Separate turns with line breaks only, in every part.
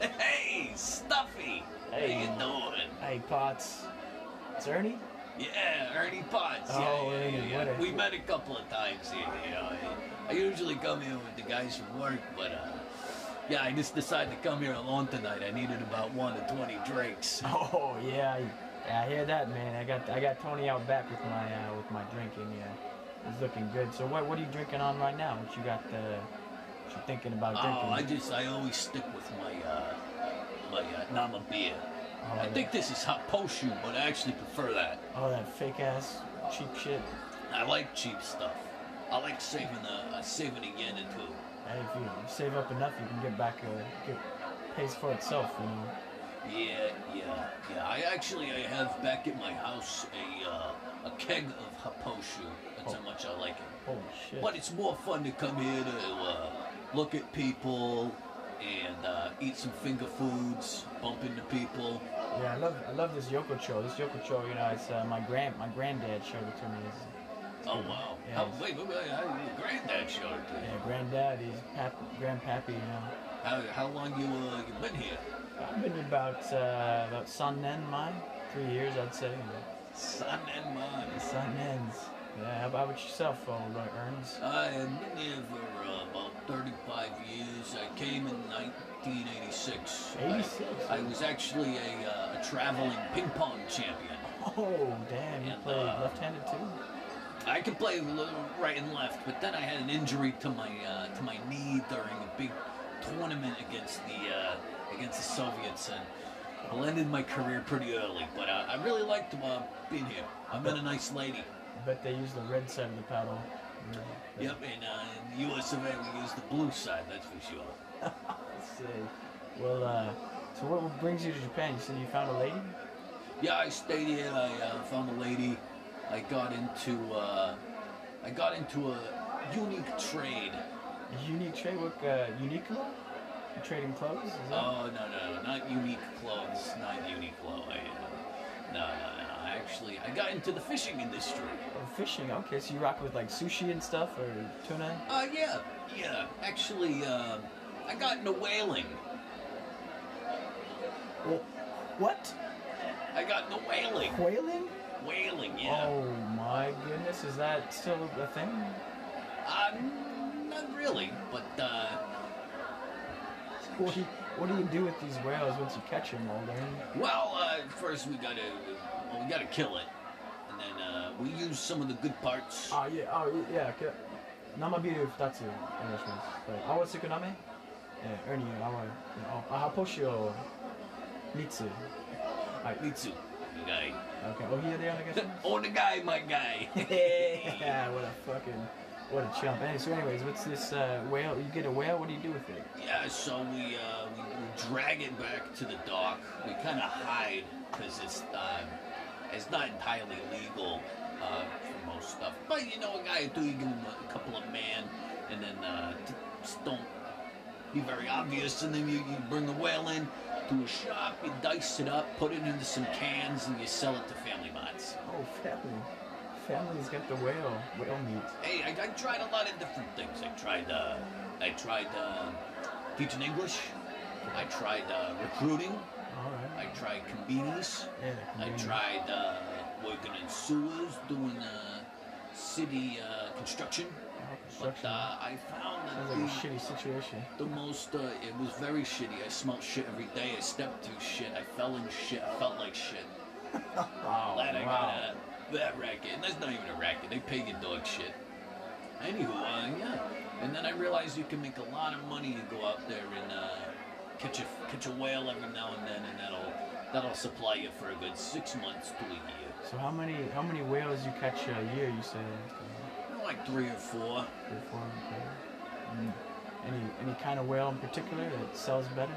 Hey, Stuffy.
Hey.
How you doing?
Hey, Potts. It's Ernie?
Yeah, Ernie Potts.
Oh,
yeah, yeah,
Ernie,
yeah, yeah.
what a-
We met a couple of times here. You know, I- I usually come here with the guys from work, but uh, yeah, I just decided to come here alone tonight. I needed about one to twenty drinks.
Oh, yeah. I, yeah, I hear that, man. I got I got Tony out back with my uh, with my drinking. Yeah, it's looking good. So what what are you drinking on right now? What you got? Uh, what you thinking about
Oh, I
drinking?
just I always stick with my uh, my uh, Nama beer. I
Oh, yeah.
think this is hot poshu, but I actually prefer that.
oh, that fake ass cheap shit.
I like cheap stuff. I like saving the uh, saving a yen or two.
Hey, if you save up enough, you can get back a get pays for itself. You know.
Yeah, yeah, yeah. I actually I have back at my house a uh, a keg of haposhu. That's
Oh.
how much I like it.
Holy shit.
But it's more fun to come here to uh, look at people and uh, eat some finger foods, bump into people.
Yeah, I love I love this yokocho. This yokocho, you know, it's uh, my grand my granddad showed it to me. It's,
Oh wow!
Yeah.
How, wait, wait, wait! How did your granddad show it to
yeah,
you?
granddad, he's pap, grandpappy, you know.
How, how long you uh, you been here?
I've been about uh, about Sannen mine, three years I'd say. you
Son and mine.
know. Sannen's. Yeah, how about yourself, old uh, Ernst?
I have been here for uh, about 35 years. I came in 1986. I-
86?
I, was actually a, uh, a traveling ping pong champion.
Oh, damn, you
And,
played
uh,
left-handed too?
I could play l- right and left, but then I had an injury to my uh, to my knee during a big tournament against the uh, against the Soviets, and well, ended my career pretty early. But uh, I really liked uh, being here. I met a nice lady.
I bet they used the red side of the paddle.
Yep, and uh, in the U.S. of A. we use the blue side. That's for sure.
Let's see. Well, uh, so what brings you to Japan? You said you found a lady?
Yeah, I stayed here. I uh, found a lady. I got into uh, I got into a unique trade.
Unique trade, what, uh, Uniqlo? Trading clothes? Is that?
Oh no no, no, not unique clothes, not Uniqlo. I, uh, no no no. I Actually, I got into the fishing industry.
Oh, fishing. Okay, so you rock with like sushi and stuff or tuna.
Uh, yeah yeah. Actually, uh, I got into whaling.
What?
I got into whaling.
Whaling?
Whaling. Yeah.
Oh my goodness, is that still a thing?
Uh, not really, but uh,
What do you, what do you do with these whales once you catch them, Mulder?
Well, uh, first we gotta well, we gotta kill it, and then uh, we use some of the good parts.
Ah yeah, oh yeah. Okay. Namabiru futatsu, onegaishimasu. Right. Awa tsukuname? Yeah, Ernie, awa. yeah, Oh, ahaposhi o mitsu. Right.
Mitsu, the guy.
Okay, oh yeah, there, onegaishimasu.
oh, the guy, my guy.
Yeah, what a fucking, what a chump. Hey, so anyways, what's this uh, whale? You get a whale, what do you do with it?
yeah, so we, uh, we we drag it back to the dock. We kind of hide because it's uh, it's not entirely legal uh, for most stuff. But you know, a guy do you give him a couple of man, and then uh, t- just don't be very obvious. And then you, you bring the whale in to a shop, you dice it up, put it into some cans, and you sell it to family marts.
Oh, family. Family's got the whale, whale meat.
Hey, I, I tried a lot of different things. I tried, uh, I tried uh, teaching English. I tried uh, recruiting.
All
I
right.
tried convenience.
Yeah,
I
convenient.
tried uh, working in sewers, doing uh, city uh, construction.
Oh,
But
construction.
uh, I found that
Sounds like a
the,
shitty situation.
the most, uh, it was very shitty. I smelled shit every day. I stepped through shit. I fell in shit. I felt like shit.
Oh,
Glad I got out of that racket. And that's not even a racket. They pay you dog shit. Anywho, uh, yeah. And then I realized you can make a lot of money to go out there and uh, catch a catch a whale every now and then, and that'll that'll supply you for a good six months to a year.
So how many how many whales you catch a year? You said uh,
Like three or four.
three, four, five. Mm. Any any kind of whale in particular that sells better?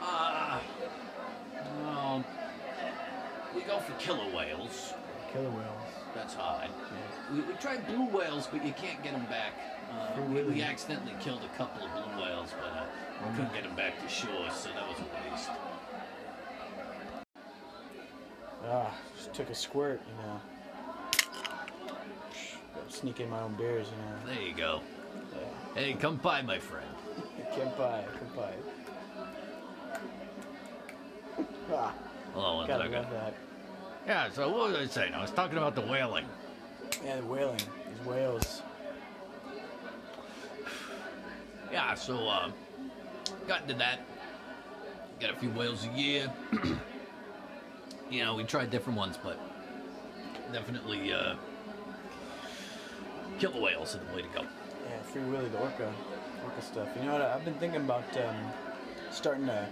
Ah. well, we go for killer whales.
Killer whales.
That's hard.
Yeah.
We, we tried blue whales, but you can't get them back. Uh,
Oh,
we,
really?
we accidentally killed a couple of blue whales, but uh, we couldn't get them back to shore, so that was a waste.
Ah, just took a squirt, you know. Gotta Sneak in my own beers, you know.
There you go.
Yeah.
Hey, come by, my friend.
Kenpai, Kenpai.
one
Ah, Gotta
second.
love that.
Yeah, so what was I saying? I was talking about the whaling.
Yeah, the whaling. These whales.
Yeah, so um, got into that. Got a few whales a year. you know, we tried different ones, but definitely uh, killer whales are the way to go.
Yeah, Free Willy, the orca, orca stuff. You know what? I've been thinking about um, starting a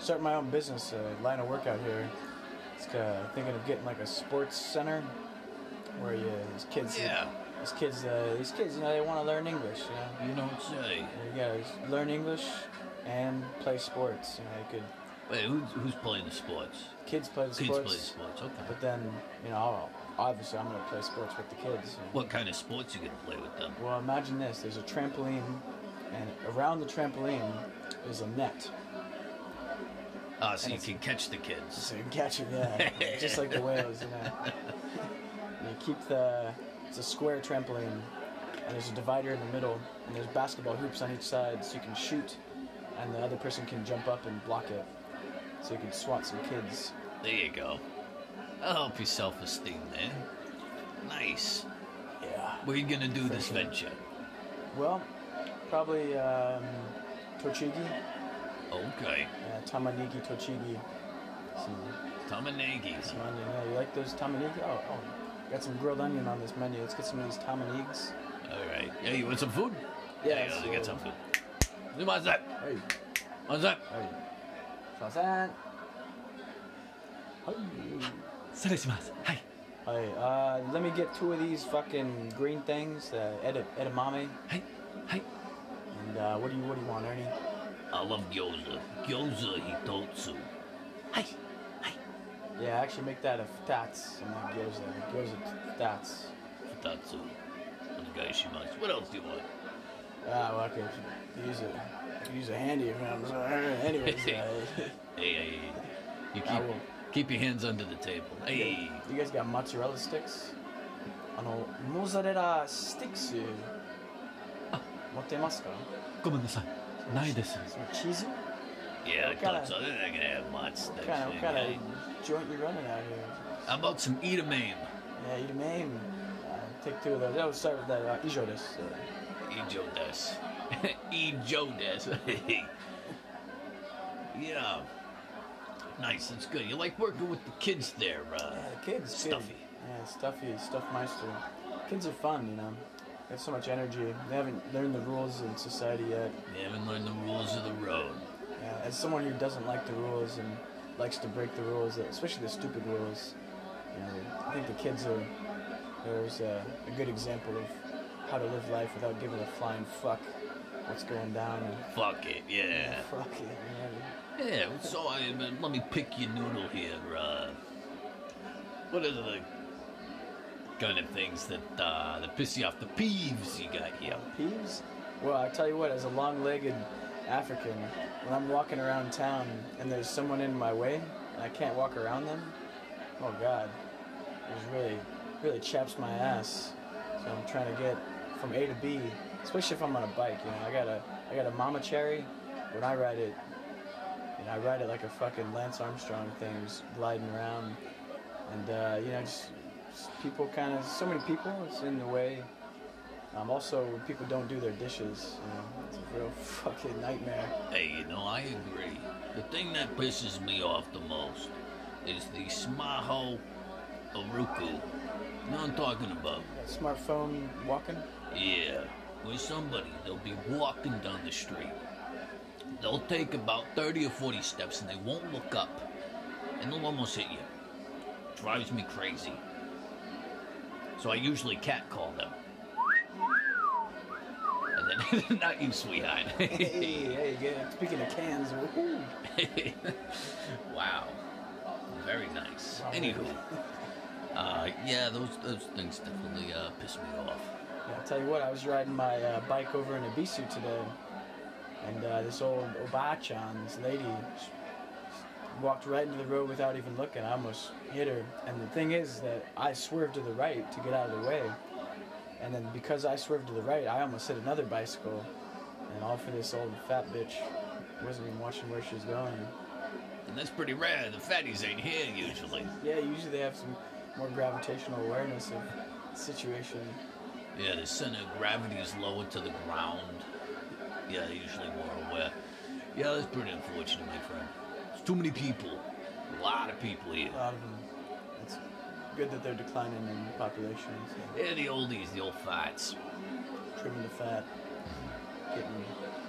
starting my own business, a line of work out here. It's uh, thinking of getting like a sports center where you these kids,
Yeah.
these kids, uh, these kids, you know, they want to learn English. You know,
You don't say.
you gotta learn English and play sports. You know, you could
Wait, who's, who's playing the sports?
kids play the
Kids
sports,
play sports. Okay.
but then you know, I'll- obviously, I'm gonna play sports with the kids. you know.
What kind of sports you gonna play with them?
Well, imagine this: there's a trampoline, and around the trampoline is a net.
Ah, so
And
you
it's-
can catch the kids.
So you can catch it, yeah, just like the whales, you know. And you keep the it's a square trampoline, and there's a divider in the middle, and there's basketball hoops on each side, so you can shoot, and the other person can jump up and block it, so you can swat some kids.
There you go. That'll help your self-esteem there. Nice.
Yeah.
Where you gonna do this
Thank you.
venture?
Well, probably um, Tochigi,
Okay.
uh, Tamanigi Tochigi. Some
Tamanagi's.
Some onion, yeah. You like those tamanigi? Oh, oh, got some grilled onion on this menu. Let's get some of these tamanigs.
All right. Yeah, you want some food?
Yeah,
yeah you
absolutely.
get some food. Who wants that?
Hey,
What's that?
hey. Sauce that. Hey.
失礼します。はい。
Hey, uh, let me get two of these fucking green things, uh, ed- edamame.
はい。はい。
And uh, what do you what do you want, Ernie?
I love gyoza. Gyoza hitotsu. はい。はい。
Yeah, actually make that a ftats and uh, not gyoza. Gyoza ftats.
二つ。お願いします。What else do you want?
Ah, well, I could use it. I could use a handy if I'm Anyways, uh,
Hey, hey, hey. You
I
keep,
will.
keep your hands under the table. Hey.
You guys got mozzarella sticks? あの、モザレラスティックス持ってますか
ごめんなさい。ないです。
そのチーズ
Yeah, I
What kinda-
thought so. They're not gonna have much.
What kind of, what kind of joint you running out here?
How about some edamame?
Yeah, you may uh, take two of those. That would start with that. Uh, 以上です。
Ijo des. Ijo des. yeah. Nice, that's good. You like working with the kids there, uh,
Yeah, the kids. kids.
Stuffy.
Yeah, stuffy, stuffmeister. Kids are fun, you know. They have so much energy. They haven't learned the rules in society yet.
You haven't learned the rules of the road.
Yeah, as someone who doesn't like the rules and likes to break the rules, uh, especially the stupid rules, you know, I think the kids are there's a, a good example of how to live life without giving a flying fuck what's going down. And,
Fuck it, yeah.
Fuck it. Man.
Yeah, so I, but let me pick your noodle here. Uh, what are the kind of things that, uh, that piss you off? The peeves you got here.
Peeves? Well, I tell you what, as a long-legged African, when I'm walking around town and there's someone in my way and I can't walk around them, oh god, it just really, really chaps my ass. So I'm trying to get from A to B, especially if I'm on a bike. You know, I got a, I got a mama cherry. When I ride it, and I ride it like a fucking Lance Armstrong thing, just gliding around, and uh, you know, just, just people kind of, so many people, it's in the way. Um, also, when people don't do their dishes. You know, it's a real fucking nightmare.
Hey, you know, I agree. The thing that pisses me off the most is the Smaho Aruku. You know what I'm talking about?
That smartphone walking.
Yeah. When somebody, they'll be walking down the street. They'll take about 30 or 40 steps and they won't look up. And they'll almost hit you. Drives me crazy. So I usually catcall them. And then, not you, sweetheart.
hey, hey, yeah. Speaking of cans, woohoo.
wow. Very nice. Anywho, uh, yeah, those those things definitely uh, piss me off.
Yeah, I tell you what, I was riding my uh, bike over in Ibisu today, and uh, this old obachan, this lady, s- walked right into the road without even looking. I almost hit her. And the thing is that I swerved to the right to get out of the way, and then because I swerved to the right, I almost hit another bicycle, and all for this old fat bitch wasn't even watching where she was going.
And that's pretty rare. The fatties ain't here usually.
Yeah, usually they have some more gravitational awareness of situation.
Yeah, the center of gravity is lower to the ground. Yeah, they're usually more aware. Yeah, that's pretty unfortunate, my friend. It's too many people. A lot of people here.
A lot of them. It's good that they're declining in population. So
They're the oldies, the old farts.
trimming the fat, getting